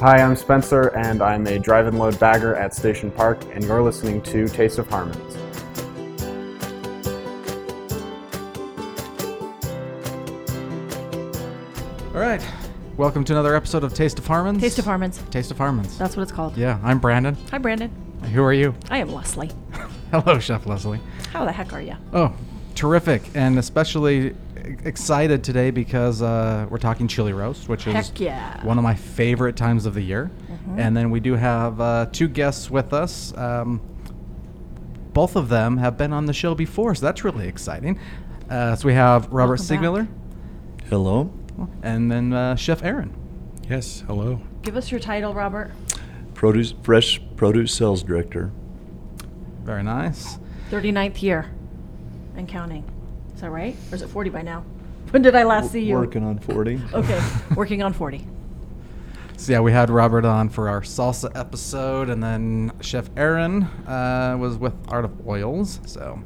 Hi, I'm Spencer, and I'm a drive and load bagger at Station Park, and you're listening to Taste of Harmonies. All right. Welcome to another episode of Taste of Harmons. Taste of Harmons. Taste of Harmons. That's what it's called. yeah, I'm Brandon. Hi, Brandon. Who are you? I am Leslie. Hello, Chef Leslie. How the heck are you? Oh, terrific. And especially e- excited today because uh, we're talking chili roast, which is Heck yeah. Mm-hmm. one of my favorite times of the year. And then we do have uh, two guests with us. Um, both of them have been on the show before, so that's really exciting. Uh, so we have Robert Welcome Signaler Hello. and then uh, Chef Aaron. Yes, hello. Give us your title, Robert. Produce fresh produce sales director. Very nice. 39th year and counting. Is that right? Or is it 40 by now? When did I last see you? Working on 40. Okay, working on 40. So yeah, we had Robert on for our salsa episode, and then Chef Aaron uh, was with Art of Oils. So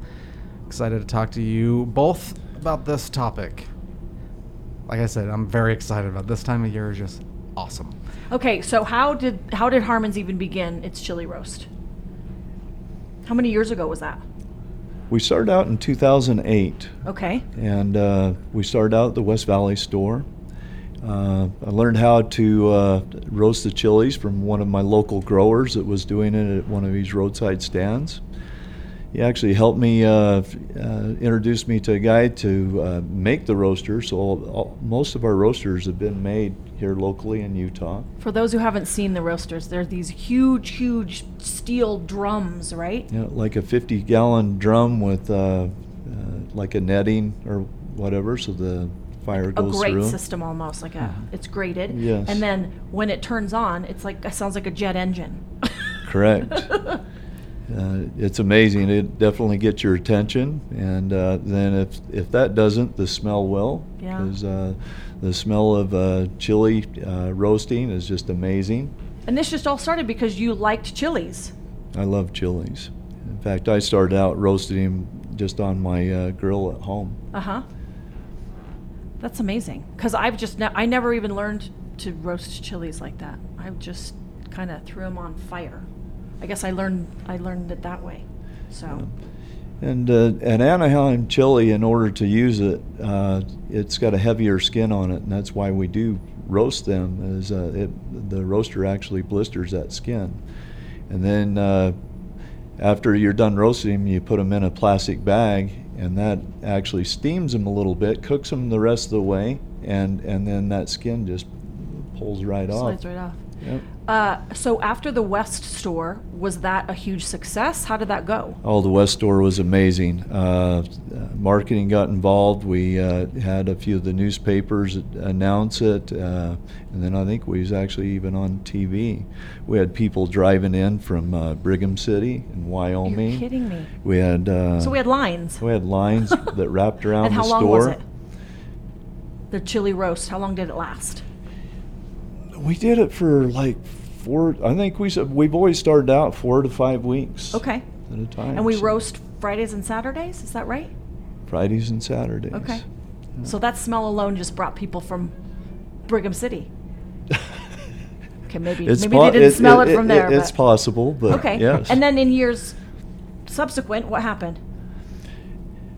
excited to talk to you both about this topic. Like I said, I'm very excited about it. this time of year is just awesome. Okay, so how did how did Harmon's even begin its chili roast? How many years ago was that? We started out in 2008 Okay. and uh, we started out at the West Valley store. Uh, I learned how to uh, roast the chilies from one of my local growers that was doing it at one of these roadside stands. He actually helped me uh, f- uh, introduce me to a guy to uh, make the roaster. So all, most of our roasters have been made here locally in Utah. For those who haven't seen the roasters, they're these huge, huge steel drums, right? you know, like a 50 gallon drum with uh, uh, like a netting or whatever so the fire a goes grate through. system almost like a it's grated Yes. and then when it turns on it's like it sounds like a jet engine Correct. uh, it's amazing. It definitely gets your attention. And uh, then if, if that doesn't, the smell will. Yeah. Because uh, the smell of uh, chili uh, roasting is just amazing. and this just all started because you liked chilies I love chilies. In fact, I started out roasting them just on my uh, grill at home. uh-huh that's amazing because i've just ne- i never even learned to roast chilies like that i just kind of threw them on fire i guess i learned i learned it that way so And uh, at Anaheim chili, in order to use it, uh, it's got a heavier skin on it, and that's why we do roast them. Is uh, it, the roaster actually blisters that skin, and then uh, after you're done roasting them, you put them in a plastic bag, and that actually steams them a little bit, cooks them the rest of the way, and and then that skin just pulls right slides off. right off Yep. uh, so after the west store was that a huge success how did that go Oh, the West Store was amazing. Uh, uh, marketing got involved. We uh, had a few of the newspapers announce it, uh, and then I think we was actually even on TV. We had people driving in from uh, Brigham City in Wyoming. you're kidding me We had. Uh, so we had lines we had lines that wrapped around and the how long store. was it? The chili roast. How long did it last? We did it for like four. I think we said we've always started out four to five weeks. Okay. At a time. And we so roast Fridays and Saturdays. Is that right? Fridays and Saturdays. Okay. So that smell alone just brought people from Brigham City. Okay, maybe maybe po- they didn't smell it, from there. it's but- possible, but okay. yes. And then in years subsequent, what happened?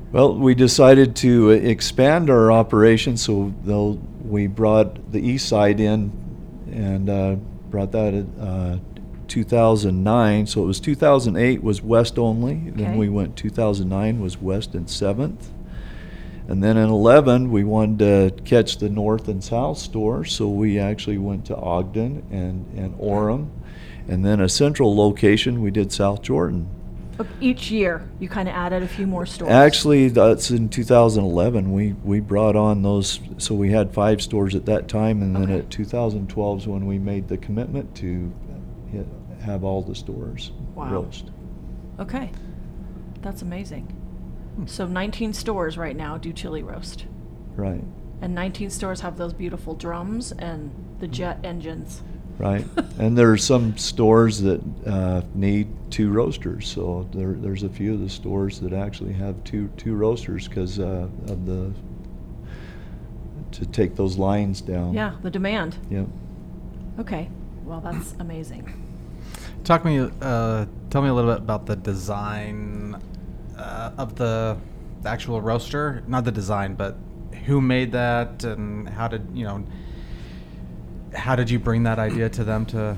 well, we decided to uh, expand our operation, so though we brought the east side in and uh, brought that in uh, 2009. So it was 2008 was west only. Then Okay. we went 2009 was west and seventh. And then in 11, we wanted to catch the north and south store, so we actually went to Ogden and, and Orem. And then a central location, we did South Jordan. Look, Each year, you kind of added a few more stores. Actually, that's in 2011. We we brought on those, so we had five stores at that time, and then Okay. at 2012 is when we made the commitment to hit, have all the stores Wow. roast. Okay. That's amazing. Hmm. So 19 stores right now do chili roast. Right, And 19 stores have those beautiful drums and the jet Mm. engines. right. and there are some stores that uh, need two roasters, so there, there's a few of the stores that actually have two two roasters because uh, of the to take those lines down. Yeah, the demand. Yep. Okay. Well, that's amazing. Talk me, uh, tell me a little bit about the design uh, of the, the actual roaster. Not the design, but who made that, and how did you know? How did you bring that idea to them to?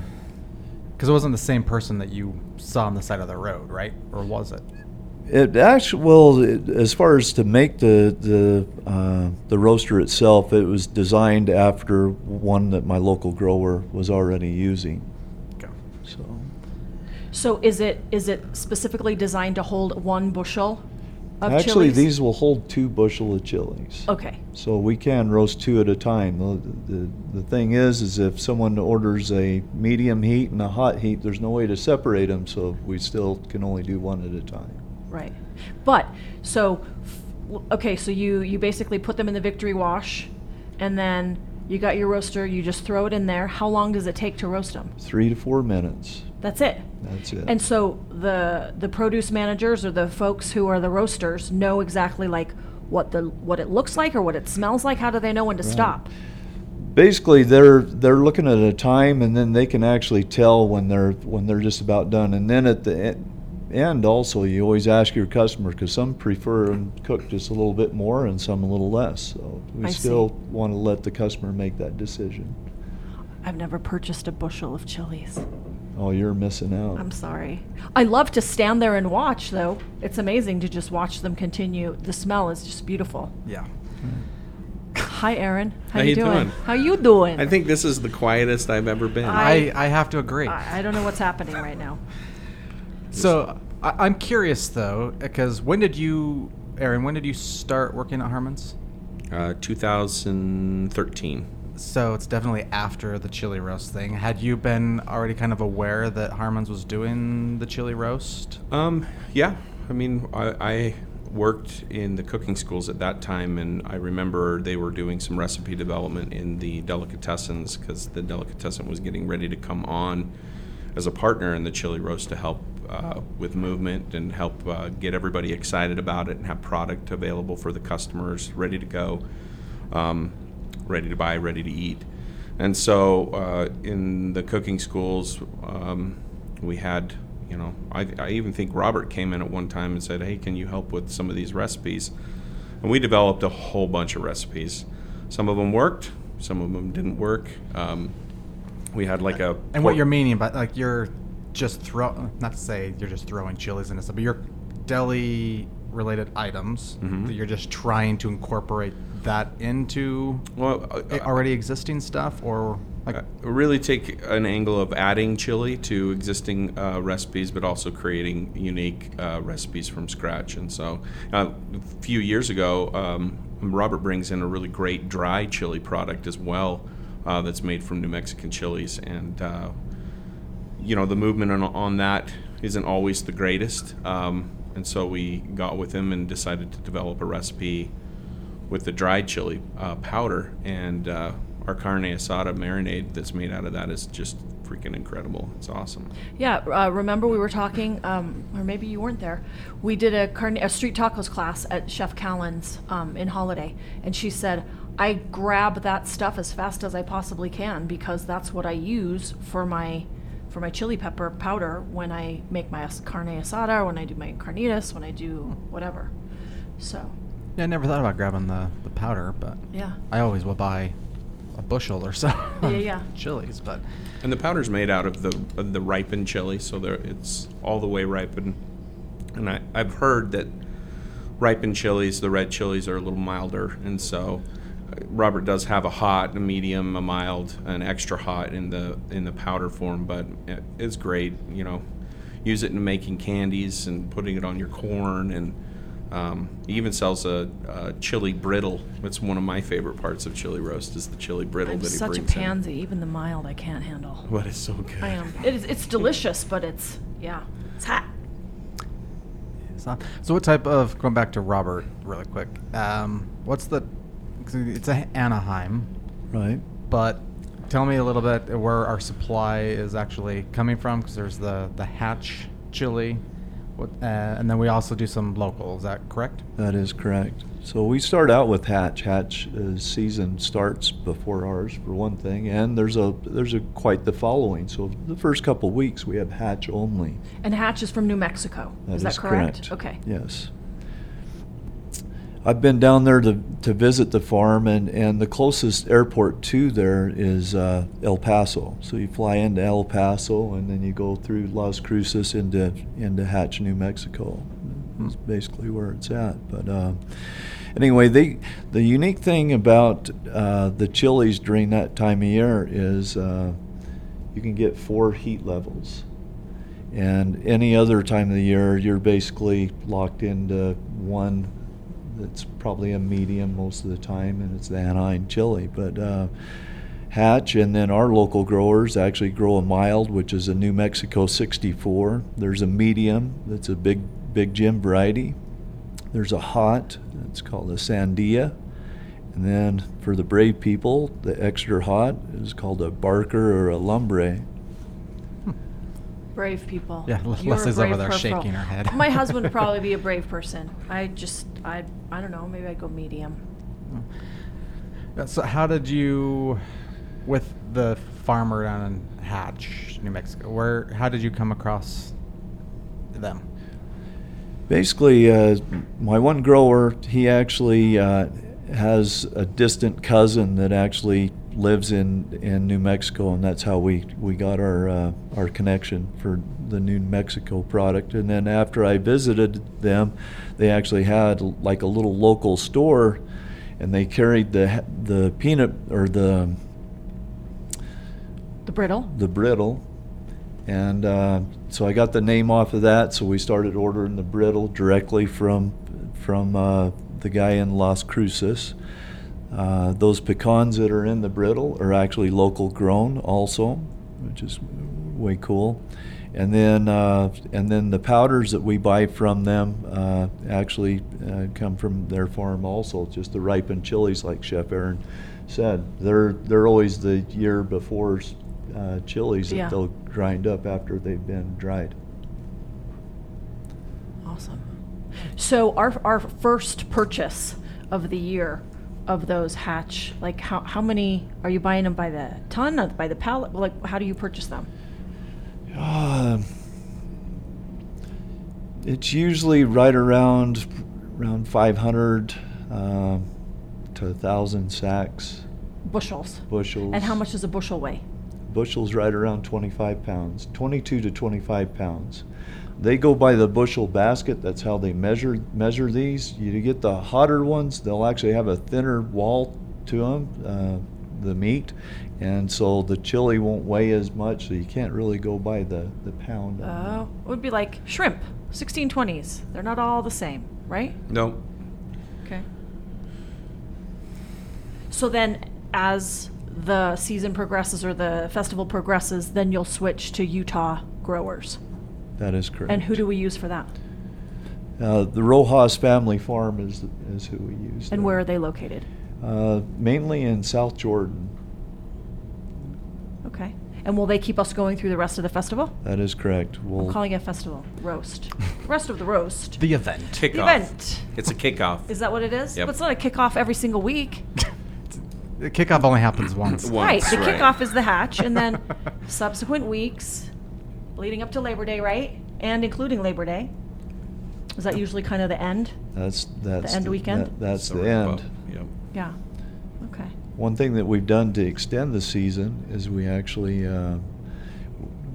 Because it wasn't the same person that you saw on the side of the road, right? Or was it? It actually, well, it, as far as to make the the uh, the roaster itself, it was designed after one that my local grower was already using. Okay. So, So is it is it specifically designed to hold one bushel of actually, chilies? Oh. these will hold two bushel of chilies. Okay. So we can roast two at a time. The, the, the thing is, is if someone orders a medium heat and a hot heat, there's no way to separate them, so we still can only do one at a time. Right. But so f- okay, so you you basically put them in the victory wash and then you got your roaster, you just throw it in there. How long does it take to roast them? Three to four minutes. That's it. That's it. And so the the produce managers or the folks who are the roasters know exactly like what the what it looks like or what it smells like. How do they know when to stop? basically they're they're looking at a time and then they can actually tell when they're when they're just about done and then at the e- end also you always ask your customer because some prefer them cooked just a little bit more and some a little less so we I see. still want to let the customer make that decision I've never purchased a bushel of chilies. oh you're missing out I'm sorry. I love to stand there and watch though. It's amazing to just watch them continue. The smell is just beautiful. Yeah. Hi, Aaron. How, How you you doing? doing? How you doing? I think this is the quietest I've ever been. I- I, I have to agree. I, I don't know what's happening right now. So I, I'm curious though, because when did you, Aaron? When did you start working at Harmon's? Uh, 2013. So it's definitely after the chili roast thing. Had you been already kind of aware that Harmon's was doing the chili roast? Um, yeah, I mean, I, I worked in the cooking schools at that time, and I remember they were doing some recipe development in the delicatessens because the delicatessen was getting ready to come on as a partner in the chili roast to help uh, with movement and help uh, get everybody excited about it and have product available for the customers ready to go um, ready to buy, ready to eat. And so uh, in the cooking schools, um, we had, you know, I, I even think Robert came in at one time and said, hey, can you help with some of these recipes? And we developed a whole bunch of recipes. Some of them worked, some of them didn't work. Um, we had like a. And what pork- you're meaning by like you're just throw not to say you're just throwing chilies into stuff, but your deli related items that you're just trying to incorporate that into Well, uh, i- already existing stuff or like Uh, really take an angle of adding chili to existing uh, recipes, but also creating unique uh, recipes from scratch. And so, uh, a few years ago, um, Robert brings in a really great dry chili product as well uh, that's made from New Mexican chilies. And uh, you know the movement on, on that isn't always the greatest um, and so we got with him and decided to develop a recipe with the dried chili uh, powder and uh, our carne asada marinade that's made out of that is just freaking incredible it's awesome Yeah, uh, remember we were talking, um, or maybe you weren't there. We did a, carne, a street tacos class at Chef Callan's um, in Holiday, and she said, I grab that stuff as fast as I possibly can because that's what I use for my for my chili pepper powder when I make my as- carne asada, or when I do my carnitas, when I do whatever. So, I never thought about grabbing the, the powder, but yeah. I always will buy a bushel or so. Yeah, of yeah. Chilies, but and the powder's made out of the of the ripened chili so there it's all the way ripened and I, i've heard that ripened chilies the red chilies are a little milder and so uh, robert does have a hot a medium a mild an extra hot in the in the powder form but it, it's great you know use it in making candies and putting it on your corn and um, he even sells a, a chili brittle it's one of my favorite parts of chili roast is the chili brittle I'm that he such a brings in. pansy, even the mild I can't handle. but it's so good I am. It is, it's delicious, but it's, yeah, it's hot. It's not- So, what type of going back to Robert really quick? Um, what's the? 'cause It's a Anaheim, right but tell me a little bit where our supply is actually coming from because there's the the Hatch chili, What, uh, and then we also do some local. Is that correct? That is correct. So we start out with Hatch. Hatch uh, season starts before ours for one thing, and there's a there's a quite the following. So the first couple weeks we have Hatch only. And Hatch is from New Mexico. That is that correct? Okay. Yes. I've been down there to, to visit the farm, and, and the closest airport to there is uh, El Paso. So you fly into El Paso, and then you go through Las Cruces into into Hatch, New Mexico. Hmm. That's basically where it's at. But uh, anyway, they the unique thing about uh, the chilies during that time of year is uh, you can get four heat levels. And any other time of the year, you're basically locked into one that's probably a medium most of the time, and it's the Anaheim chili. But uh, Hatch and then our local growers actually grow a mild, which is a New Mexico 64. There's a medium that's a big, big Jim variety. There's a hot, it's called a Sandia. And then for the brave people, the extra hot is called a Barker or a Lumbre. Brave people. Yeah, Le- You're a Leslie's over brave there shaking her head. My husband would probably be a brave person. I just, I, I don't know. Maybe I'd go medium. Uh, So how did you, with the farmer down in Hatch, New Mexico? Where? How did you come across them? Basically, uh, my one grower, he actually uh, has a distant cousin that actually lives in, in New Mexico, and that's how we, we got our uh, our connection for the New Mexico product. And then after I visited them, they actually had like a little local store, and they carried the the peanut or the The brittle. the brittle. And uh, so I got the name off of that. So we started ordering the brittle directly from from uh, the guy in Las Cruces. Uh, those pecans that are in the brittle are actually local grown also, which is way cool. And then uh, and then the powders that we buy from them uh, actually uh, come from their farm also. Just the ripened chilies, like Chef Aaron said, they're they're always the year before uh, chilies Yeah. that they'll grind up after they've been dried. Awesome. So our, our first purchase of the year of those hatch, like how, how many, are you buying them by the ton, or by the pallet? Like, how do you purchase them? Um, it's usually right around around 500 um, to 1,000 sacks, Bushels. bushels. And how much does a bushel weigh? Bushels right around 25 pounds, 22 to 25 pounds. They go by the bushel basket. That's how they measure measure these. You get the hotter ones; they'll actually have a thinner wall to them, uh, the meat, and so the chili won't weigh as much. So you can't really go by the the pound. on Oh, them. it would be like shrimp, 1620s. They're not all the same, right? No, Okay. So then, as the season progresses or the festival progresses, then you'll switch to Utah growers. That is correct. And who do we use for that? Uh, the Rojas family farm is is who we use. And there. where are they located? Uh, mainly in South Jordan. Okay. And will they keep us going through the rest of the festival? That is correct. We'll I'm calling it a festival. Roast. The rest of the roast. The event. kickoff. event. It's a kickoff. Is that what it is? Yep. But it's not a kickoff every single week. The kickoff only happens once. Once, right. The right. kickoff is the hatch, and then subsequent weeks leading up to Labor Day, right? And including Labor Day. Is that usually kind of the end? that's that's end weekend? that- that's So the wrap end. up. Yep. Yeah. Okay. One thing that we've done to extend the season is we actually uh,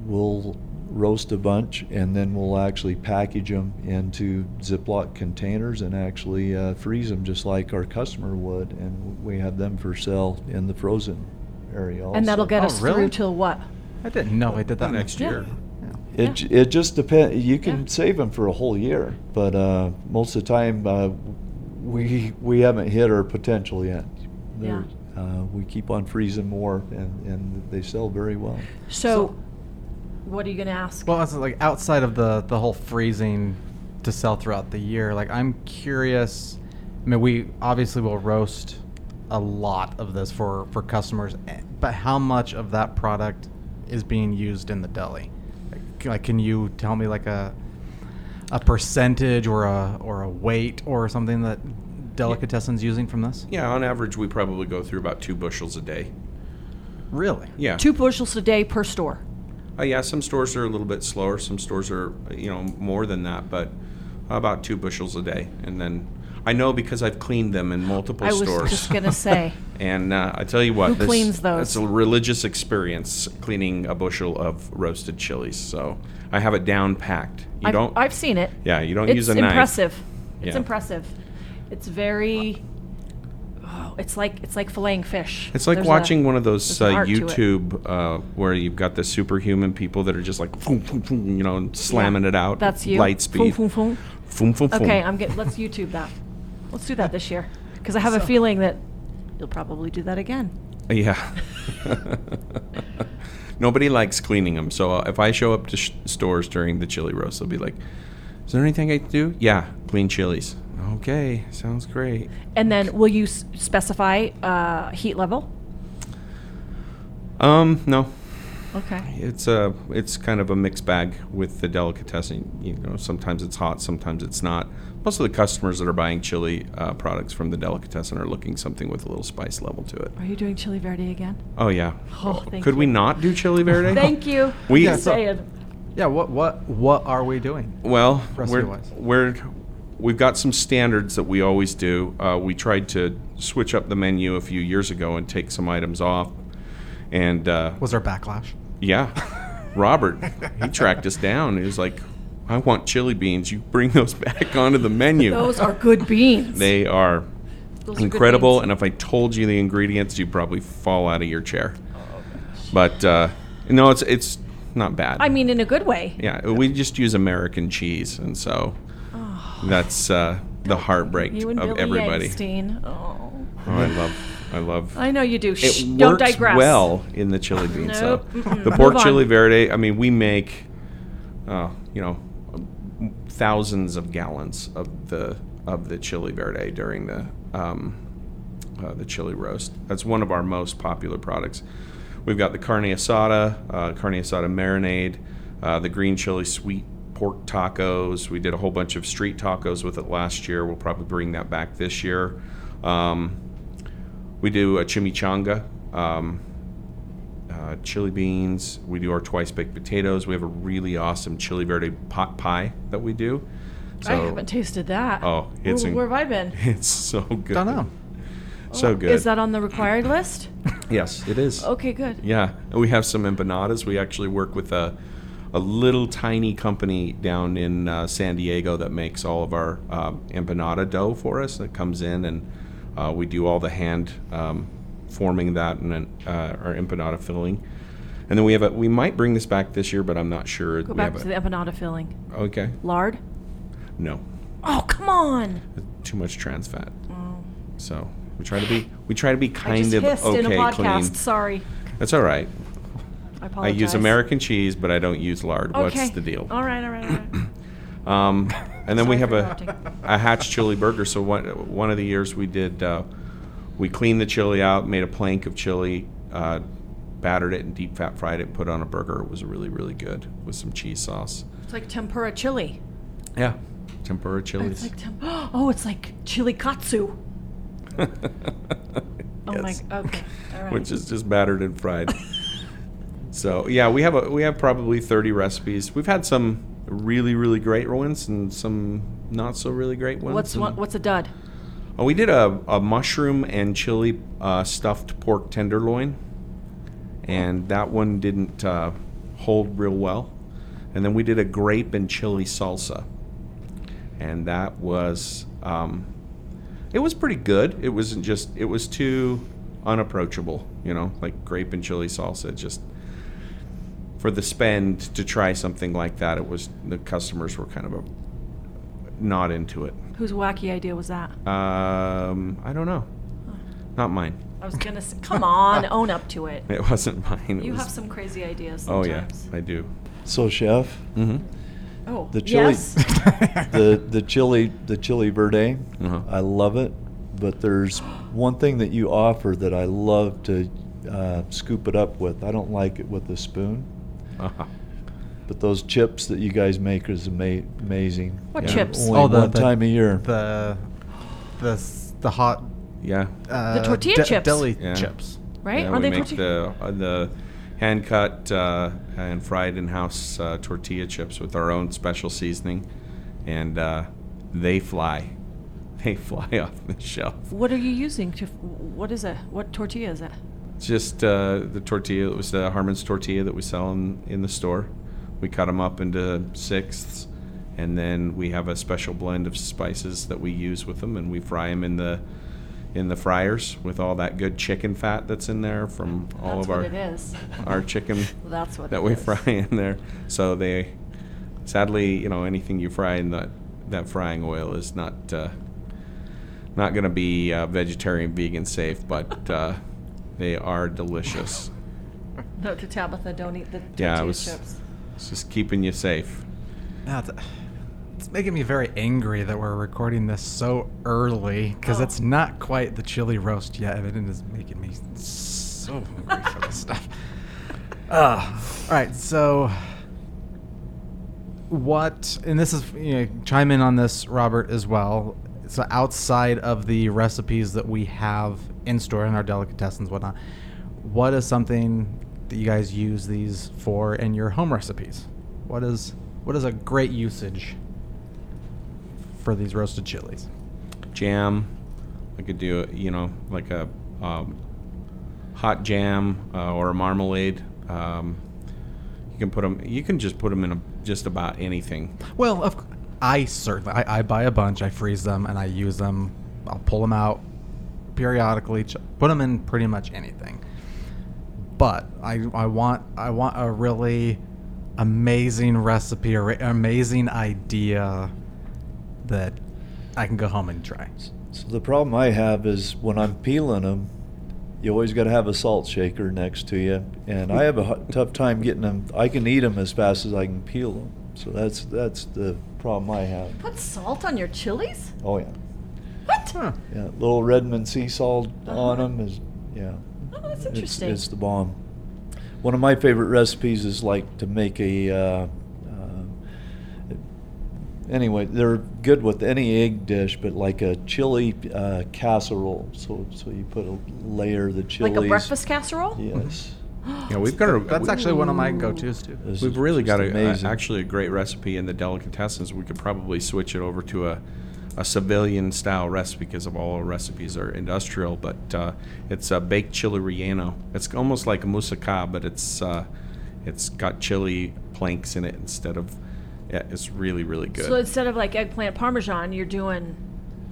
will roast a bunch and then we'll actually package them into Ziploc containers and actually uh, freeze them just like our customer would, and we have them for sale in the frozen area. Also. And that'll get Oh, us really? through till what? I didn't know I did that The next Yeah. year. It, j- it just depends. You can Yeah. save them for a whole year, but uh, most of the time uh, we we haven't hit our potential yet. Yeah. There- Uh, we keep on freezing more, and, and they sell very well. So, what are you going to ask? Well, it's like outside of the the whole freezing to sell throughout the year. Like I'm curious. I mean, we obviously will roast a lot of this for for customers, eh, but how much of that product is being used in the deli? Like, can- Like, can you tell me like a a a percentage or a or a weight or something that delicatessen's using from this? Yeah, on average, we probably go through about two bushels a day. Really? Yeah. Two bushels a day per store. Uh, yeah, some stores are a little bit slower. Some stores are, you know, more than that, but about two bushels a day. And then I know because I've cleaned them in multiple I was stores. just gonna say. and uh, I tell you what, Who cleans those? It's a religious experience cleaning a bushel of roasted chilies. So I have it down packed. You I've, don't. I've seen it. yeah, you don't it's use a knife. impressive. It's Yeah. impressive. It's very. Oh, it's like it's like filleting fish. It's like There's a- watching one of those there's an uh, art to it. YouTube uh, where you've got the superhuman people that are just like, "Foom, foom, foom," you know, and slamming it out. That's you. Light Foom, speed. foom, foom. Foom, foom, foom. Okay, I'm getting. Let's YouTube that. Let's do that this year, because I have a So- feeling that you'll probably do that again. Yeah. Nobody likes cleaning them. So uh, if I show up to sh- stores during the chili roast, they'll be like, "Is there anything I can do?" Yeah, clean chilies. Okay, sounds great. And then, will you s- specify uh, heat level? Um, no, Okay. it's a it's kind of a mixed bag with the delicatessen. You know, sometimes it's hot, sometimes it's not. Most of the customers that are buying chili uh, products from the delicatessen are looking something with a little spice level to it. Are you doing Chili Verde again? Oh yeah. Oh, thank Could we you. not do chili verde? Thank you. We- Just Yeah, so- saying. Yeah. What what what are we doing? Well, we're, Recipe-wise. we're we've got some standards that we always do. Uh, we tried to switch up the menu a few years ago and take some items off. And uh, Was there backlash? yeah, Robert, he tracked us down. He was like, "I want chili beans. You bring those back onto the menu. Those are good beans. they are Those are good incredible. beans. And if I told you the ingredients, you'd probably fall out of your chair. But uh, no, it's it's not bad. I mean, in a good way. Yeah, we just use American cheese, and so that's uh, the heartbreak Ah. You and of Billy everybody. Eckstein. Oh. Oh, I love, I love. I know you do. Uh, Shh, it don't works digress. well in the chili beans. Nope, though. mm-mm. The pork Move on. chili verde. I mean, we make, uh, you know, thousands of gallons of the of the chili verde during the um, uh, the chili roast. That's one of our most popular products. We've got the carne asada, uh, carne asada marinade, uh, the green chili sweet pork tacos. We did a whole bunch of street tacos with it last year. We'll probably bring that back this year. Um, we do a chimichanga, um, uh, chili beans. We do our twice baked potatoes. We have a really awesome chili verde pot pie that we do. I haven't tasted that. Oh, it's where, in- where have I been? It's so good. Don't know. So good. Oh, Is that Oh. on the required list? yes, it is. Okay, good. Yeah, and we have some empanadas. We actually work with a, a little tiny company down in uh, San Diego that makes all of our um, empanada dough for us. That comes in and uh, we do all the hand um, forming that and then, uh, our empanada filling. And then we have a. We might bring this back this year, but I'm not sure. Go we back have to the empanada filling. a, okay. Lard? No, Oh, come on. too much trans fat. So we try to be we try to be Mm. I kind just of hissed okay in a podcast. clean. Sorry. That's all right. I I apologize. use American cheese, but I don't use lard. Okay. What's the deal? All right, all right, all right. Um, and then we Sorry have for a, interrupting. a hatch chili burger. So one, one of the years we did, uh, we cleaned the chili out, made a plank of chili, uh, battered it, and deep fat fried it, and put on a burger. It was really, really good with some cheese sauce. It's like tempura chili. Yeah. Tempura It's chilies. like temp- oh, it's like chili katsu. Oh Yes. my. Okay. All right. Which is just battered and fried. so yeah, we have a, we have probably thirty recipes. We've had some really really great ones and some not so really great ones. what's and- one, what's a dud? Oh, we did a, a mushroom and chili uh, stuffed pork tenderloin, and that one didn't uh, hold real well. And then we did a grape and chili salsa, and that was um, it was pretty good. It wasn't just it was too unapproachable, you know, like grape and chili salsa. It Just for the spend to try something like that, it was the customers were kind of a, not into it. Whose wacky idea was that? Um, I don't know. Not mine. I was gonna say, come on, own up to it. It wasn't mine. It You was, have some crazy ideas Oh yeah, sometimes. I do. So, chef, Mm-hmm. Oh, The chili- yes. the the chili the chili verde, Uh-huh. I love it. But there's one thing that you offer that I love to uh, scoop it up with. I don't like it with a spoon. Uh-huh. But those chips that you guys make is ama- amazing. What Yeah. chips? Only Oh, the- one the- time a year. The the s- the hot Yeah. uh, tortilla chips. deli Yeah. chips. right? Yeah, Are we they make torti- the uh, the hand cut uh, and fried in house uh, tortilla chips with our own special seasoning, and uh, they fly, they fly off the shelf. What are you using to? What is it? What tortilla is it? It's just uh, the tortilla. It was the Harmon's tortilla that we sell in, in the store. We cut them up into sixths, and then we have a special blend of spices that we use with them, and we fry them in the in the fryers with all that good chicken fat that's in there from all That's of our what it is. our chicken That's what that it we is. fry in there. So they, sadly, you know, anything you fry in that that frying oil is not uh, not going to be uh, vegetarian, vegan safe, but uh, they are delicious. No, to Tabitha, don't eat the tortilla Yeah, I was- chips. It's just keeping you safe. Now it's, it's making me very angry that we're recording this so early because Oh. it's not quite the chili roast yet, and it is making me so hungry for this stuff. Uh, all right, so what? And this is you know, chime in on this, Robert, as well. So outside of the recipes that we have in store in our delicatessens, whatnot, what is something that you guys use these for in your home recipes? What is what is a great usage for these roasted chilies? Jam, I could do you know like a um, hot jam uh, or a marmalade. Um, you can put them. You can just put them in a, just about anything. Well, of, c- I certainly I, I buy a bunch, I freeze them, and I use them. I'll pull them out periodically, ch- put them in pretty much anything. But I, I want I want a really amazing recipe or amazing idea that I can go home and try. So the problem I have is when I'm peeling them, you always got to have a salt shaker next to you, and I have a hu- tough time getting them. I can eat them as fast as I can peel them, so that's that's the problem I have. Put salt on your chilies? Oh yeah, What? Huh. yeah, little Redmond sea salt on them is yeah. Uh-huh. Oh, that's It's- interesting. It's, the bomb. One of my favorite recipes is like to make a. Uh, uh, anyway, they're good with any egg dish, but like a chili uh, casserole. So so you put a layer of the chilies. Like a breakfast casserole? Yes. Yeah, we've got a, That's actually one of my go-to's too. This We've is really uh, just got a, amazing. a, actually a great recipe in the delicatessens. We could probably switch it over to a, a civilian style recipe because of all our recipes are industrial. But uh, it's a baked chili relleno. It's almost like a moussaka, but it's uh, it's got chili planks in it instead of. Yeah, it's really really good. So instead of like eggplant parmesan, you're doing.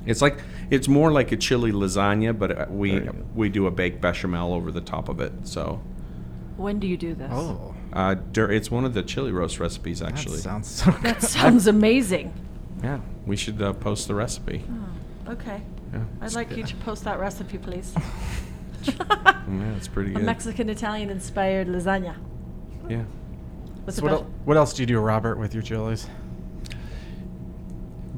It's like it's more like a chili lasagna, but uh, we There you go. we do a baked bechamel over the top of it. So When do you do this? Oh, uh, dur- it's one of the chili roast recipes that actually. sounds so good. That sounds amazing. yeah, we should uh, post the recipe. Okay. Yeah. I'd like you to post that recipe, please. Yeah, it's pretty A good. Mexican Italian inspired lasagna. Yeah. With So the what, el- bel- what else do you do, Robert, with your chilies?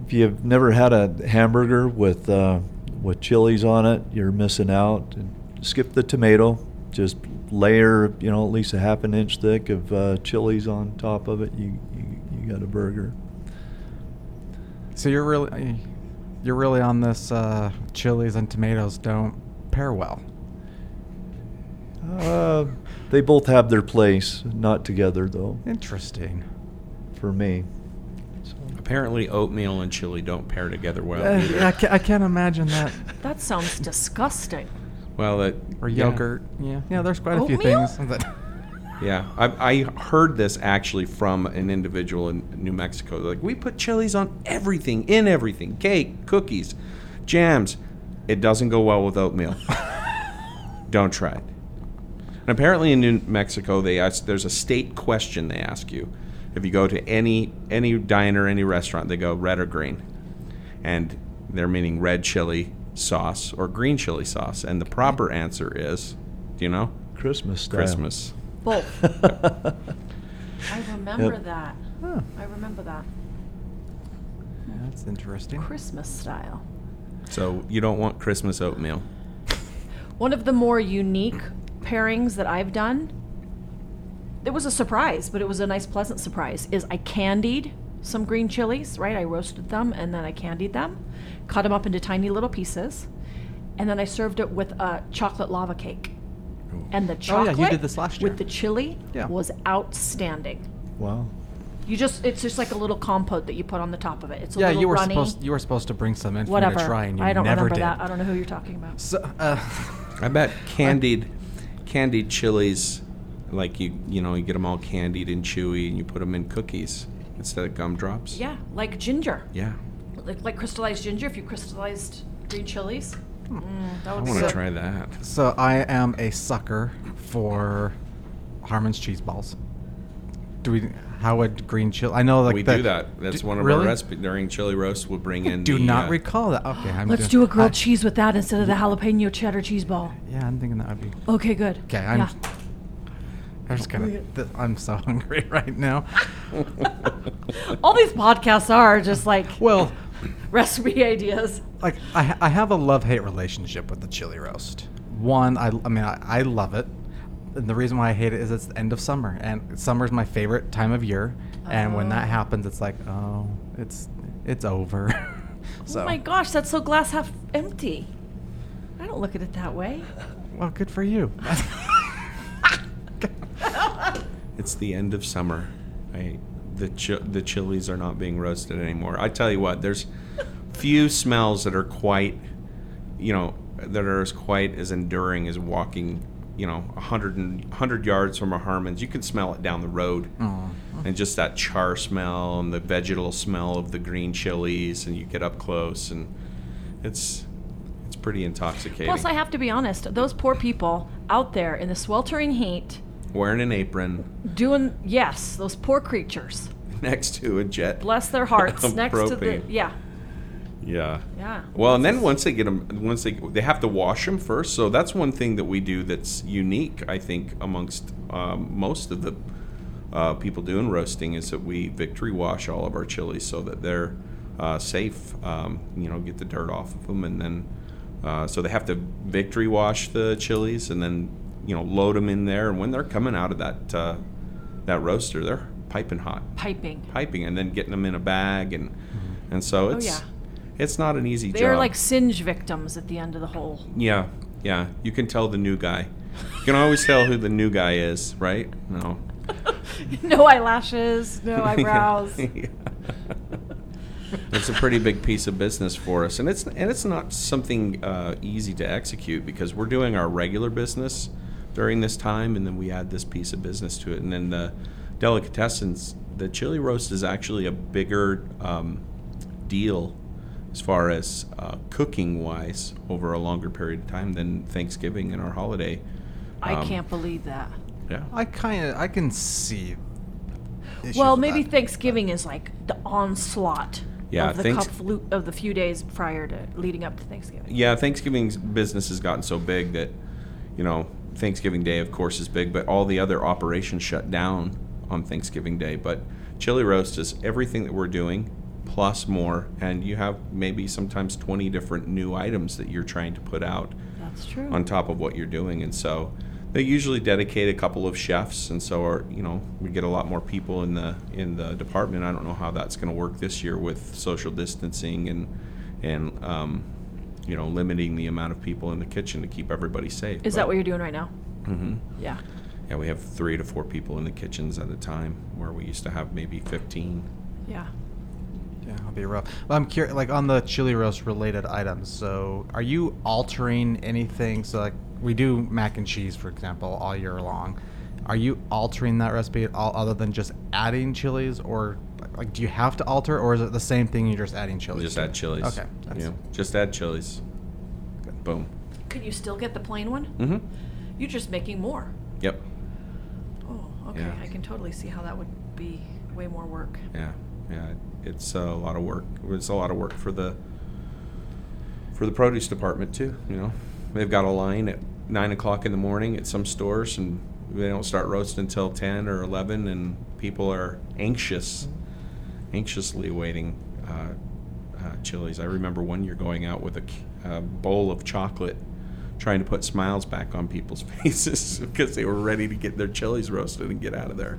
If you've never had a hamburger with uh, with chilies on it, you're missing out. And skip the tomato. Just layer, you know, at least a half an inch thick of uh, chilies on top of it. You, you you got a burger. So you're really, you're really on this. Uh, chilies and tomatoes don't pair well. Uh, they both have their place. Not together though, Interesting. for me. So, Apparently, oatmeal and chili don't pair together well. Uh, either. yeah, I, ca- I can't imagine that. That sounds disgusting. Well, it, Or yeah. yogurt. Yeah. Yeah. There's quite a few Oatmeal? things. that- Yeah, I, I heard this actually from an individual in New Mexico. Like, we put chilies on everything, in everything, cake, cookies, jams. It doesn't go well with oatmeal. Don't try it. And apparently, in New Mexico, they ask, there's a state question they ask you. If you go to any any diner, any restaurant, they go red or green, and they're meaning red chili sauce or green chili sauce. And the proper answer is, do you know, Christmas style. Christmas. Both. I remember Yep. that. Huh. I remember that. That's interesting. Christmas style. So you don't want Christmas oatmeal. One of the more unique pairings that I've done it was a surprise, but it was a nice, pleasant surprise. Is I candied some green chilies, right? I roasted them and then I candied them, cut them up into tiny little pieces, and then I served it with a chocolate lava cake. And the Oh, yeah, you chocolate did this last year. with the chili Yeah. was outstanding. Wow. You just—it's just like a little compote that you put on the top of it. It's a yeah, little you were runny, supposed you were supposed to bring some in for me whatever. to try, and you I don't never remember did. that. I don't know who you're talking about. So, uh, I bet candied, candied chilies, like you you know you get them all candied and chewy, and you put them in cookies instead of gumdrops. Yeah, like ginger, Yeah. like, like crystallized ginger. If you crystallized green chilies, mm, that I would be want to good. try that. so I am a sucker for Harmon's cheese balls. Do we? How would green chili? I know like we the- do that. That's do- one of really? our recipes during chili roast. We'll bring in. Do the, not uh, recall that. Okay, I'm Let's doing- do a grilled I- cheese with that instead of the jalapeno cheddar cheese ball. Yeah, I'm thinking that would be. Okay, good. Okay, I'm. Yeah. I'm just gonna. Th- I'm so hungry right now. All these podcasts are just like Well, recipe ideas. like I, ha- I have a love-hate relationship with the chili roast. One, I, I mean, I, I love it. And the reason why I hate it is it's the end of summer, and summer is my favorite time of year. And when that Oh. happens, it's like, oh, it's it's over. so, Oh my gosh, that's so glass half empty. I don't look at it that way. well, good for you. It's the end of summer. I, the chi- the chilies are not being roasted anymore. I tell you what, there's few smells that are quite, you know, that are as quite as enduring as walking, you know, a hundred and hundred yards from a Harmon's. You can smell it down the road, Aw. and just that char smell and the vegetal smell of the green chilies, and you get up close, and it's it's pretty intoxicating. Plus, I have to be honest, those poor people out there in the sweltering heat Wearing an apron doing, yes, those poor creatures. next to a jet. Bless their hearts. Of next to the, propane. yeah, Yeah. yeah. Well, and then once they get them, once they they have to wash them first. So that's one thing that we do that's unique, I think, amongst um, most of the uh, people doing roasting is that we victory wash all of our chilies so that they're uh, safe. Um, you know, get the dirt off of them, and then uh, so they have to victory wash the chilies, and then you know load them in there. And when they're coming out of that uh, that roaster, they're piping hot Piping. piping and then getting them in a bag and and so it's Oh, yeah. it's not an easy They're job. like singe victims at the end of the whole. yeah, yeah. You can tell the new guy. You can always tell who the new guy is, right? No. no eyelashes, no eyebrows. Yeah. it's a pretty big piece of business for us, and it's and it's not something uh, easy to execute because we're doing our regular business during this time, and then we add this piece of business to it, and then the delicatessens, the chili roast is actually a bigger um, deal as far as uh, cooking wise over a longer period of time than Thanksgiving and our holiday. I Um, can't believe that. Yeah. I kind of I can see. issues Well, with maybe that. Thanksgiving is like the onslaught Yeah, of the thanks- couple of the few days prior to leading up to Thanksgiving. yeah, Thanksgiving's business has gotten so big that, you know, Thanksgiving Day, of course, is big, but all the other operations shut down on Thanksgiving Day. But Chili Roast is everything that we're doing plus more, and you have maybe sometimes 20 different new items that you're trying to put out That's true. on top of what you're doing. And so they usually dedicate a couple of chefs, and so our, you know we get a lot more people in the in the department. I don't know how that's going to work this year with social distancing and and um, you know limiting the amount of people in the kitchen to keep everybody safe. is that what you're doing right now? hmm Yeah. Yeah, we have three to four people in the kitchens at a time, where we used to have maybe 15. Yeah. Yeah, I'll be rough. Well, I'm curious, like on the chili roast related items. So, are you altering anything? So, like we do mac and cheese, for example, all year long. Are you altering that recipe at all, other than just adding chilies, or like do you have to alter, or is it the same thing? You're just adding chilies. Just to add it? chilies. Okay. Yeah, just add chilies. Boom. Can you still get the plain one? hmm You're just making more. Yep. Oh, okay. Yeah. I can totally see how that would be way more work. Yeah, yeah, it's a lot of work. It's a lot of work for the for the produce department too. You know, they've got a line at nine o'clock in the morning at some stores, and they don't start roasting until ten or eleven, and people are anxious, anxiously waiting uh, uh, chilies. I remember one year going out with a, c- a bowl of chocolate trying to put smiles back on people's faces because they were ready to get their chilies roasted and get out of there.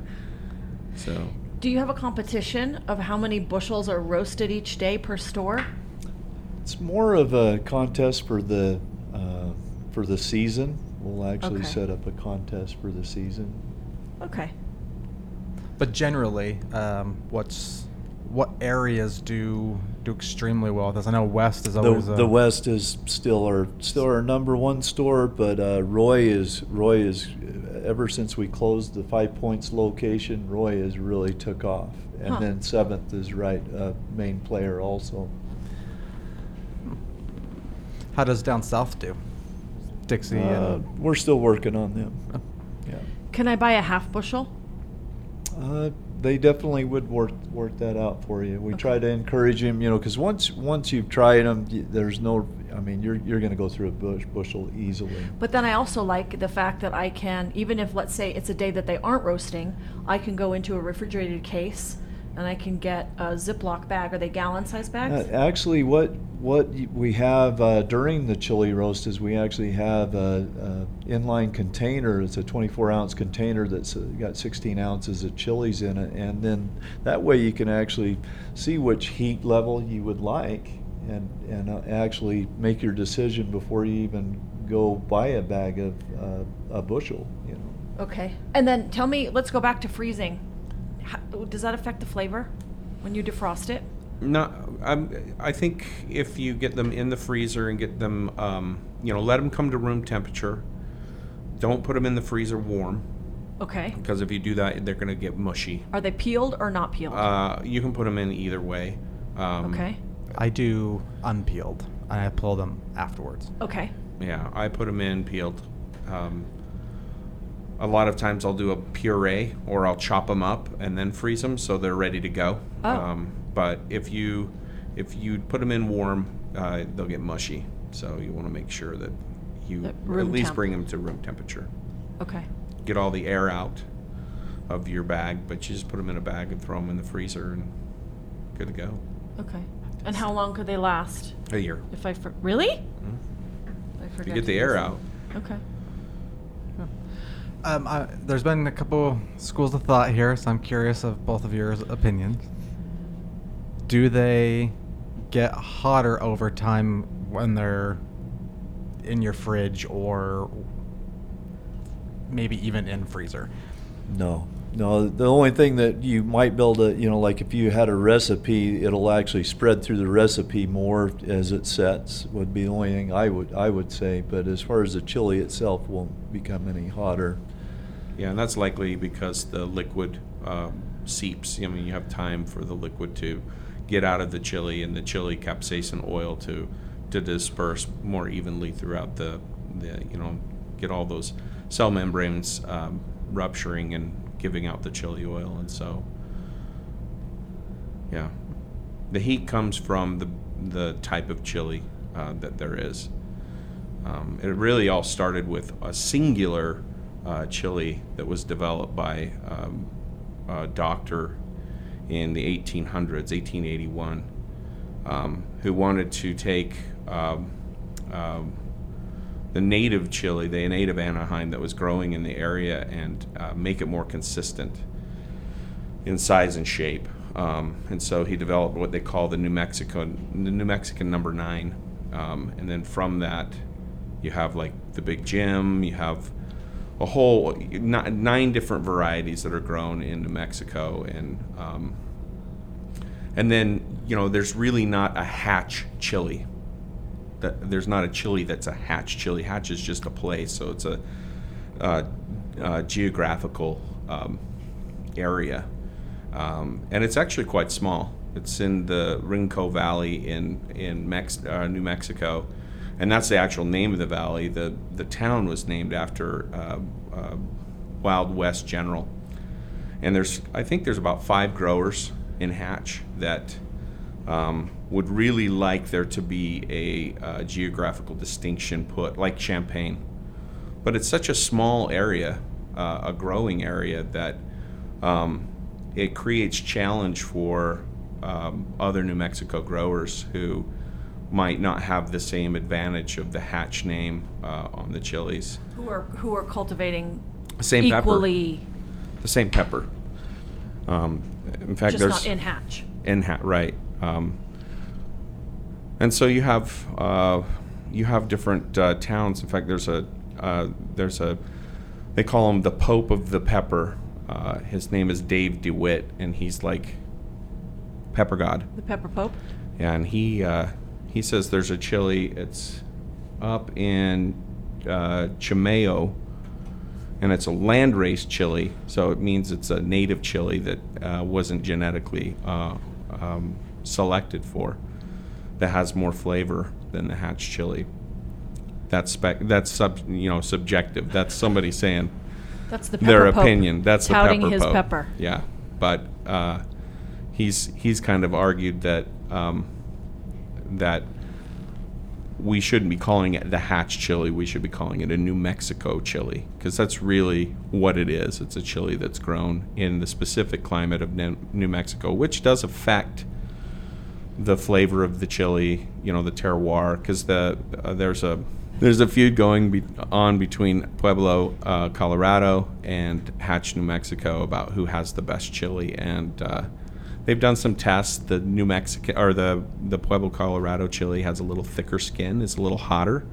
So Do you have a competition of how many bushels are roasted each day per store? It's more of a contest for the uh, for the season. We'll actually Okay. set up a contest for the season. Okay. But generally, um, what's what areas do do extremely well with this? I know West is The, always um, a, the West is still our still our number one store, but uh, Roy is Roy is ever since we closed the Five Points location, Roy has really took off, and Huh. then Seventh is right uh, main player also. How does down south do? Dixie Uh, and we're still working on them. Yeah, Can I buy a half bushel? uh, they definitely would work work that out for you. We Okay. try to encourage him, you know, because once once you've tried them, there's no. I mean, you're you're going to go through a bush bushel easily. But then I also like the fact that I can, even if let's say it's a day that they aren't roasting, I can go into a refrigerated case and I can get a Ziploc bag. Are they gallon size bags? Uh, actually, what what y- we have uh, during the chili roast is we actually have a, a inline container. It's a 24 ounce container that's uh, got 16 ounces of chilies in it, and then that way you can actually see which heat level you would like, and and uh, actually make your decision before you even go buy a bag of uh, a bushel. You know. okay. And then tell me, let's go back to freezing. How, does that affect the flavor when you defrost it? No, I'm, I think if you get them in the freezer and get them, um, you know, let them come to room temperature. Don't put them in the freezer warm Okay. because if you do that, they're going to get mushy. Are they peeled or not peeled? Uh, you can put them in either way. Um, okay. I do unpeeled. I peel them afterwards. Okay. Yeah, I put them in peeled. Um, a lot of times I'll do a puree or I'll chop them up and then freeze them so they're ready to go. Um, Oh. but if you if you put them in warm, uh, they'll get mushy. So you want to make sure that you That at room least temp. bring them to room temperature. Okay. Get all the air out of your bag, but you just put them in a bag and throw them in the freezer and good to go. Okay. And how long could they last? A year. If I for- really? Mhm. I If you forgot. get the air out. Okay. Um, I, there's been a couple schools of thought here, so I'm curious of both of your opinions. Do they get hotter over time when they're in your fridge or maybe even in freezer? No, no. The only thing that you might build a, you know, like if you had a recipe, it'll actually spread through the recipe more as it sets. Would be the only thing I would I would say. But as far as the chili itself, won't become any hotter. Yeah, and that's likely because the liquid um, seeps. I mean, you have time for the liquid to get out of the chili and the chili capsaicin oil to to disperse more evenly throughout the, the you know get all those cell membranes um, rupturing and giving out the chili oil, and so yeah, the heat comes from the the type of chili uh, that there is. Um, it really all started with a singular uh, chili that was developed by um, a doctor in the 1800s, 1881, um, who wanted to take um, um, the native chili, the native Anaheim that was growing in the area, and uh, make it more consistent in size and shape. Um, and so he developed what they call the New Mexico, the New Mexican number nine. Um, and then from that, you have like the Big Jim. You have a whole ni- nine different varieties that are grown in New Mexico, and um, and then you know there's really not a hatch chili. That there's not a chili that's a hatch chili. Hatch is just a place, so it's a uh, uh, geographical um, area, um, and it's actually quite small. It's in the Rinco Valley in in Mex- uh, New Mexico, and that's the actual name of the valley. the The town was named after uh, uh, Wild West General, and there's I think there's about five growers in Hatch that um, would really like there to be a uh, geographical distinction put, like Champagne but it's such a small area, uh, a growing area that um, it creates challenge for um, other New Mexico growers who might not have the same advantage of the hatch name uh, on the chilies. Who are who are cultivating Same equally, pepper, the same pepper. Um, in fact, just there's not in hatch. in hat right um, and so you have uh, you have different uh, towns in fact there's a uh, there's a they call him the pope of the pepper uh, his name is dave dewitt and he's like pepper god The pepper pope. and he uh, he says there's a chili it's up in uh, Chimeo and it's a land race chili so it means it's a native chili that uh, wasn't genetically uh, um, selected for that has more flavor than the hatch chili that's spec that's sub you know subjective that's somebody saying That's the pepper their pope opinion that's touting the pepper his pope. pepper. yeah but uh, he's he's kind of argued that um, that we shouldn't be calling it the hatch chili. We should be calling it a New Mexico chili because that's really what it is. It's a chili that's grown in the specific climate of Ne- New Mexico, which does affect the flavor of the chili. You know, the terroir because the uh, there's a there's a feud going be- on between Pueblo, uh, Colorado, and Hatch, New Mexico, about who has the best chili, and uh, they've done some tests. The New Mexico or the the Pueblo, Colorado chili has a little thicker skin, is a little hotter.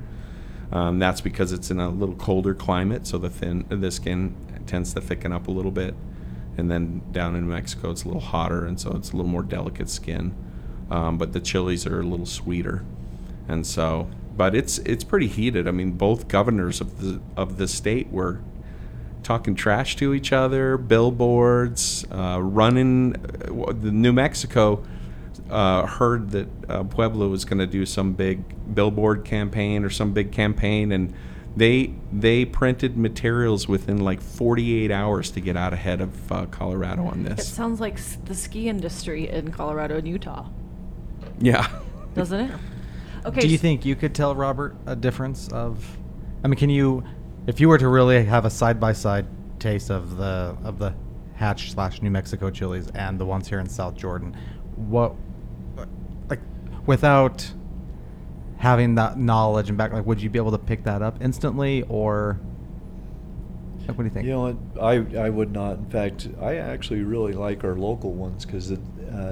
Um, that's because it's in a little colder climate, so the thin the skin tends to thicken up a little bit. And then down in Mexico, it's a little hotter, and so it's a little more delicate skin. Um, but the chilies are a little sweeter, and so. But it's it's pretty heated. I mean, both governors of the of the state were talking trash to each other, billboards, uh, running. uh, w- The New Mexico uh, heard that uh, Pueblo was going to do some big billboard campaign or some big campaign, and they they printed materials within like 48 hours to get out ahead of uh, Colorado on It this. sounds like s- the ski industry in Colorado and Utah, Yeah. doesn't it? Okay. Do you s- think you could tell Robert a difference of? I mean, can you, if you were to really have a side by side taste of the of the Hatch slash New Mexico chilies and the ones here in South Jordan, what, like, without having that knowledge and back, like, would you be able to pick that up instantly or? Like, what do you think? You know, what? I, I would not. In fact, I actually really like our local ones because uh,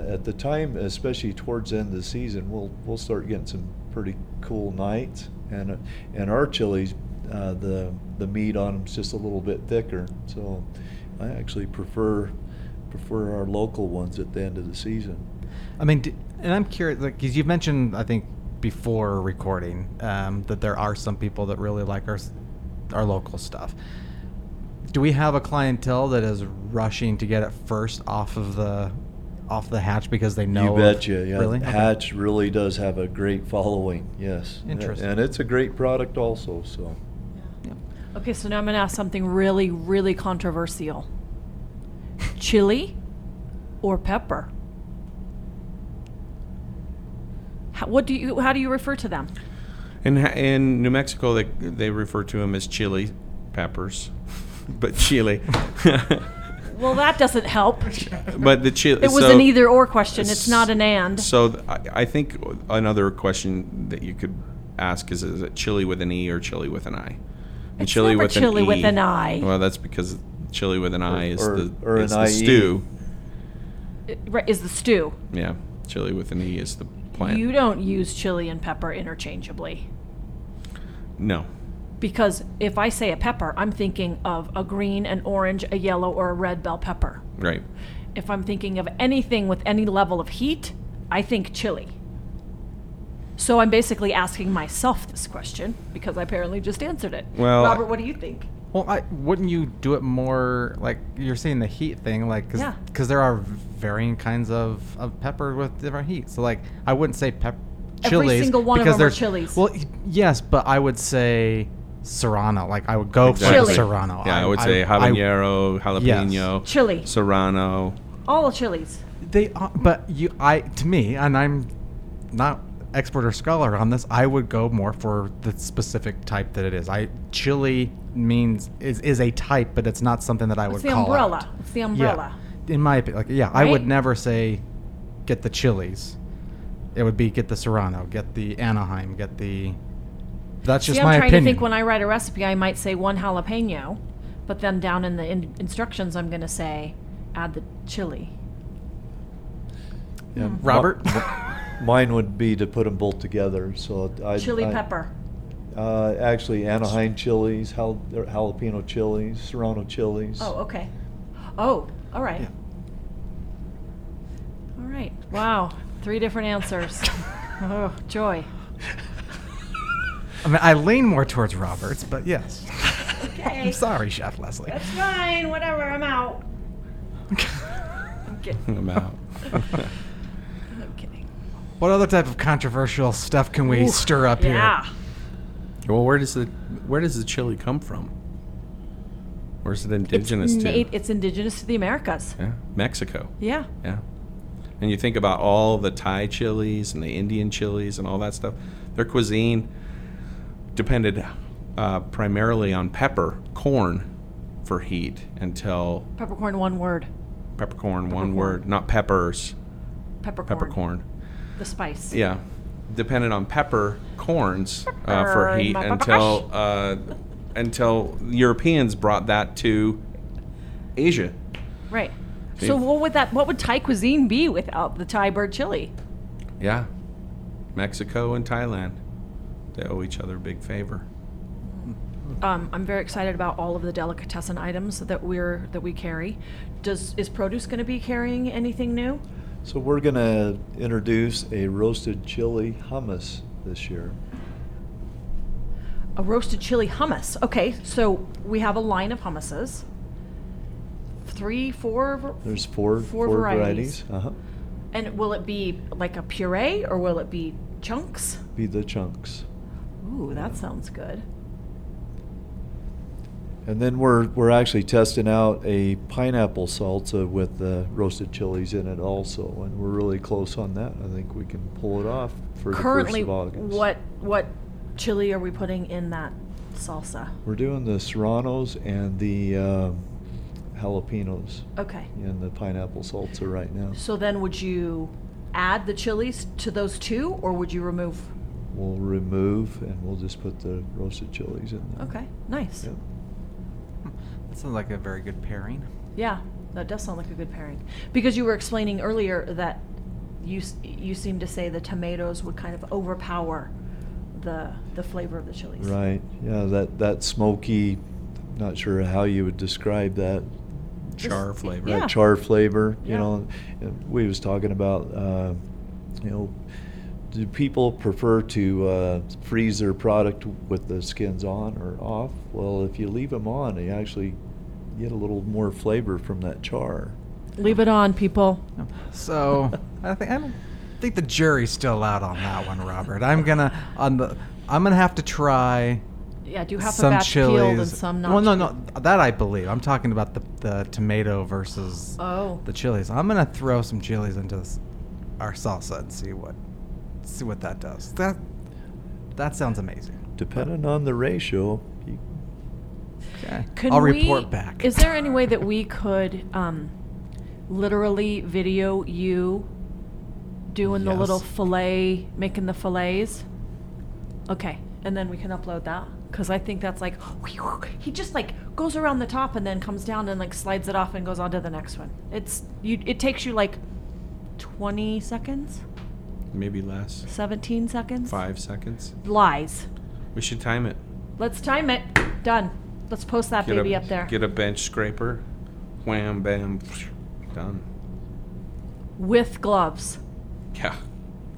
at the time, especially towards the end of the season, we'll we'll start getting some pretty cool nights, and uh, and our chilies, uh, the the meat on them's just a little bit thicker. So, I actually prefer prefer our local ones at the end of the season. I mean, d- and I'm curious, like, because you've mentioned, I think, before recording, um, that there are some people that really like our s- our local stuff. Do we have a clientele that is rushing to get it first off of the off the hatch because they know? you of- betcha. Yeah, Really? Okay. Hatch really does have a great following. Yes, And- Interesting. and it's a great product also. So. Yeah. Okay, so now I'm going to ask something really, really controversial. Chili or pepper? How, what do you? How do you refer to them? In Ha- in New Mexico, they they refer to them as chili peppers, but chili. Well, that doesn't help. but the chili. It was so- an either or question. It's not an and. So th- I, I think another question that you could ask is: Is it chili with an e or chili with an i? And It's never chili with an I. E. Well, that's because chili with an i E. is or- the or it's an the IE. stew. It- right, is the stew. Yeah, chili with an e is the plant. You don't use chili and pepper interchangeably. no, Because if I say a pepper, I'm thinking of a green, an orange, a yellow, or a red bell pepper. right. If I'm thinking of anything with any level of heat, I think chili. So I'm basically asking myself this question because I apparently just answered it. Well, Robert, I- what do you think? Well, I, wouldn't you do it more like you're saying the heat thing, like because Yeah. there are varying kinds of, of pepper with different heat. So like I wouldn't say pep Every chilies. single one of because them are there's- chilies. Well, y- yes, but I would say serrano. Like I Oh, would go for the Chili. serrano. Yeah, I, would say habanero, jalapeno, Chili. serrano. All chilies. They are, but you, I to me, and I'm not expert or scholar on this. I would go more for the specific type that it is. I chili means is is a type, but it's not something that I It's would the call umbrella. out. It's the umbrella. Yeah. In my opinion, like yeah, I would Right? never say get the chilies. It would be get the Serrano, get the Anaheim, get the. That's just See, I'm my trying opinion. to think when I write a recipe, I might say one jalapeno, but then down in the in- instructions, I'm going to say add the chili. Yeah. Robert? Mi- mi- Mine would be to put them both together, so I. chili I- pepper. Uh, actually, Anaheim chilies, jal- or jalapeno chilies, serrano chilies. Oh, okay. Oh, all right. Yeah. All right. Wow. Three different answers. oh, joy. I mean, I lean more towards Roberts, but yes. Okay. I'm sorry, Chef Leslie. That's fine. Whatever. I'm out. I'm kidding. I'm out. I'm kidding. What other type of controversial stuff can we Ooh, stir up yeah. here? well, where does the where does the chili come from? Where's it indigenous it's, to? na- it's indigenous to the Americas. yeah, Mexico. Yeah. Yeah. And you think about all the Thai chilies and the Indian chilies and all that stuff. Their cuisine depended uh, primarily on pepper, corn for heat until Peppercorn, one word. peppercorn, Peppercorn. one word, not peppers, Peppercorn. peppercorn. The spice. Yeah. Depended on pepper, corns uh, Pepper for in heat my until uh, until Europeans brought that to Asia. Right. See? So what would that? What would Thai cuisine be without the Thai bird chili? Yeah. Mexico and Thailand. They owe each other a big favor. Um, I'm very excited about all of the delicatessen items that we're that we carry. Does is produce going to be carrying anything new? So we're gonna introduce a roasted chili hummus this year. A roasted chili hummus. Okay, so we have a line of hummuses. Three, four. var- There's four Four varieties. Uh-huh. And will it be like a puree or will it be chunks? Be the chunks. Ooh, that sounds good. And then we're we're actually testing out a pineapple salsa with the roasted chilies in it also, and we're really close on that. I think we can pull it off for Currently, the first of August. what what chili are we putting in that salsa? We're doing the serranos and the um, jalapenos Okay. and the pineapple salsa right now. So then, would you add the chilies to those two, or would you remove? We'll remove and we'll just put the roasted chilies in there. Okay, nice. Yep. That sounds like a very good pairing. Yeah, that does sound like a good pairing. Because you were explaining earlier that you s- you seemed to say the tomatoes would kind of overpower the the flavor of the chilies. Right. Yeah. That that smoky. Not sure how you would describe that. Char Just- flavor. that Yeah. char flavor. You Yeah. know, And we was talking about, uh, you know, do people prefer to uh, freeze their product with the skins on or off? Well, if you leave them on, you actually get a little more flavor from that char. Leave it on, people. So I think I don't think the jury's still out on that one, Robert. I'm gonna on the I'm gonna have to try Yeah, do half some a batch peeled and chilies. some not. well, no, no, peeled. that I believe. I'm talking about the the tomato versus Oh. the chilies. I'm gonna throw some chilies into this, our salsa and see what see what that does. That that sounds amazing. Depending on the ratio, you, Okay, Could I'll we- report back. Is there any way that we could um, literally video you doing the little Yes. fillet, making the fillets? Okay, and then we can upload that because I think that's like he just like goes around the top and then comes down and like slides it off and goes on to the next one. It's you. It takes you like twenty seconds, Maybe less. seventeen seconds. Five seconds. lies. We should time it. Let's time it. Done. Let's post that Get baby a, up there. Get a bench scraper. Wham, bam, done. with gloves Yeah.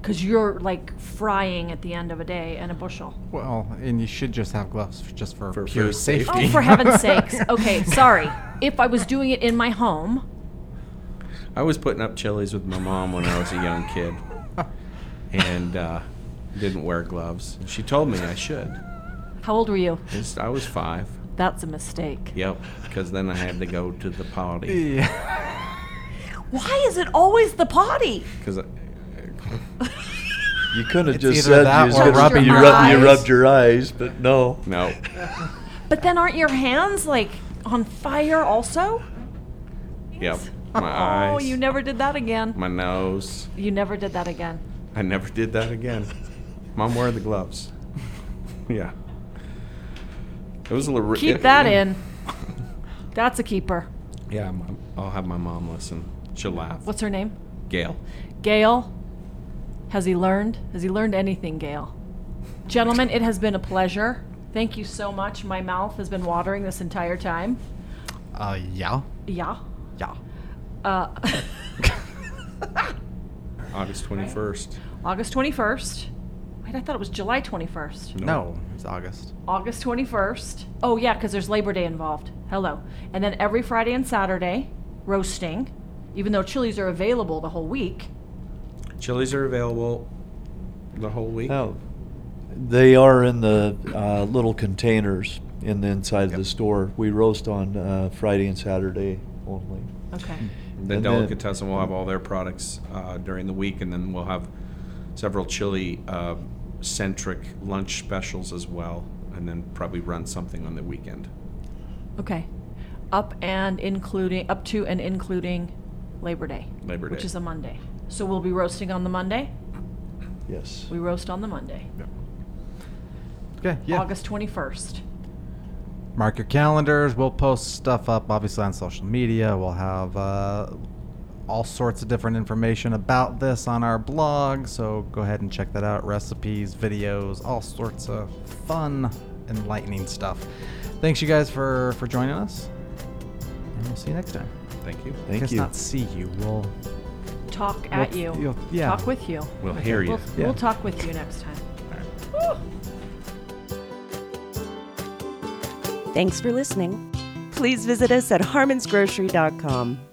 because you're like frying at the end of a day and a bushel. Well, and you should just have gloves f- just for, For- pure for safety. safety. Oh, for heaven's sakes. Okay, sorry. If I was doing it in my home, I was putting up chilies with my mom when I was a young kid and uh, didn't wear gloves. She told me I should. how old were you? Just- I was five. That's a mistake. Yep, because then I had to go to the potty. Yeah. Why is it always the potty? Because you couldn't have It's just either said that you, was or gonna- rubbing you, your rub- you eyes. rubbed your eyes, but no. no, But then aren't your hands like on fire also? yep, my Oh, eyes, you never did that again. my nose. You never did that again. I never did that again. Mom wore the gloves. Yeah. It was a little. Keep that in. That's a keeper. Yeah, mom, I'll have my mom listen. She'll laugh. What's her name? Gail? Gail, has he learned? Has he learned anything, Gail? Gentlemen, it has been a pleasure. Thank you so much. My mouth has been watering this entire time. Uh, yeah. Yeah. Yeah. Uh, August twenty first. August 21st. Wait, I thought it was July 21st. No, it's August. August 21st. Oh, yeah, because there's Labor Day involved. Hello. And then every Friday and Saturday, roasting, even though chilies are available the whole week. Chilies are available the whole week. Oh, they are in the uh, little containers in the inside of the store. We roast on uh, Friday and Saturday only. Okay. The And then- delicatessen will have all their products uh, during the week, and then we'll have several chili uh, centric lunch specials as well, and then probably run something on the weekend. Okay. Up and including, up to and including Labor Day, Labor Day. which is a Monday. So we'll be roasting on the Monday. Yes. We roast on the Monday, Okay. Yeah. August 21st. Mark your calendars. We'll post stuff up, obviously, on social media. We'll have uh, all sorts of different information about this on our blog. So go ahead and check that out. Recipes, videos, all sorts of fun, enlightening stuff. Thanks, you guys, for for joining us, and we'll see you next time. Thank you. Thank Guess you. not see you. We'll Talk at you. you'll- yeah. Talk with you. We'll hear you. We'll, Yeah. we'll talk with you next time. Thanks for listening. Please visit us at harmonsgrocery.com.